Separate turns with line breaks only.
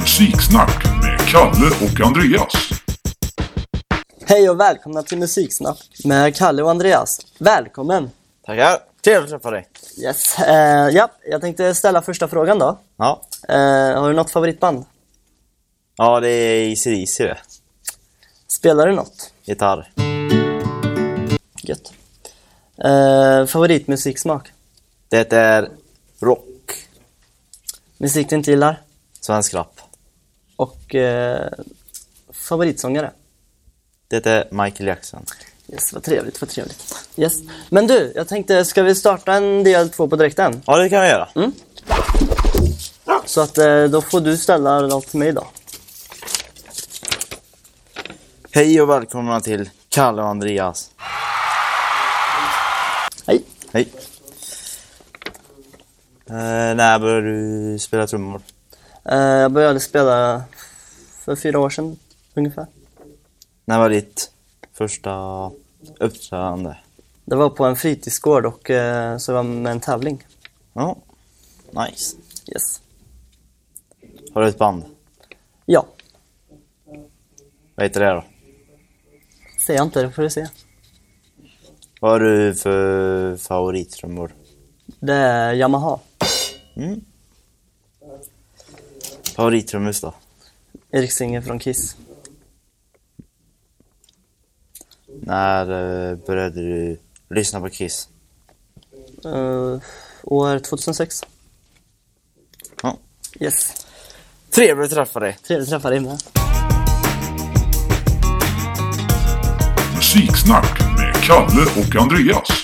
Musiksnack med Kalle och Andreas.
Hej och välkomna till Musiksnack med Kalle och Andreas. Välkommen!
Tackar! Trevligt att träffa dig!
Yes. Eh, ja, jag tänkte ställa första frågan då.
Ja,
Eh, har du något favoritband?
ja det är ACDC det.
Spelar du något?
Gitarr.
Gött. Eh, favoritmusiksmak?
Det är rock.
Musik du inte gillar?
Svensk rap.
Och eh, favoritsångare?
Det är Michael Jackson.
Yes, vad trevligt, vad trevligt. Yes. Men du, jag tänkte, ska vi starta en del två på direkten?
Ja, det kan vi göra.
Så att eh, då får du ställa något till mig då.
Hej och välkomna till Kalle och Andreas.
Hej!
Hej! Eh, när började du spela trummor?
Eh, jag började spela för fyra år sedan ungefär.
När var ditt första uppträdande?
Det var på en fritidsgård och eh, så var med en tävling.
Ja, nice.
Yes.
Har du ett band?
Ja,
Vad heter det då?
säger jag inte, det får du se.
Vad har du för favorittrummor?
Det är Yamaha,
Mm. Favorittrummis då?
Erik Singer från Kiss.
När eh, började du lyssna på Kiss?
Eh, år 2006.
Ja.
Yes,
Trevligt att träffa dig!
trevligt att träffa dig med.
Musiksnack med Kalle och Andreas.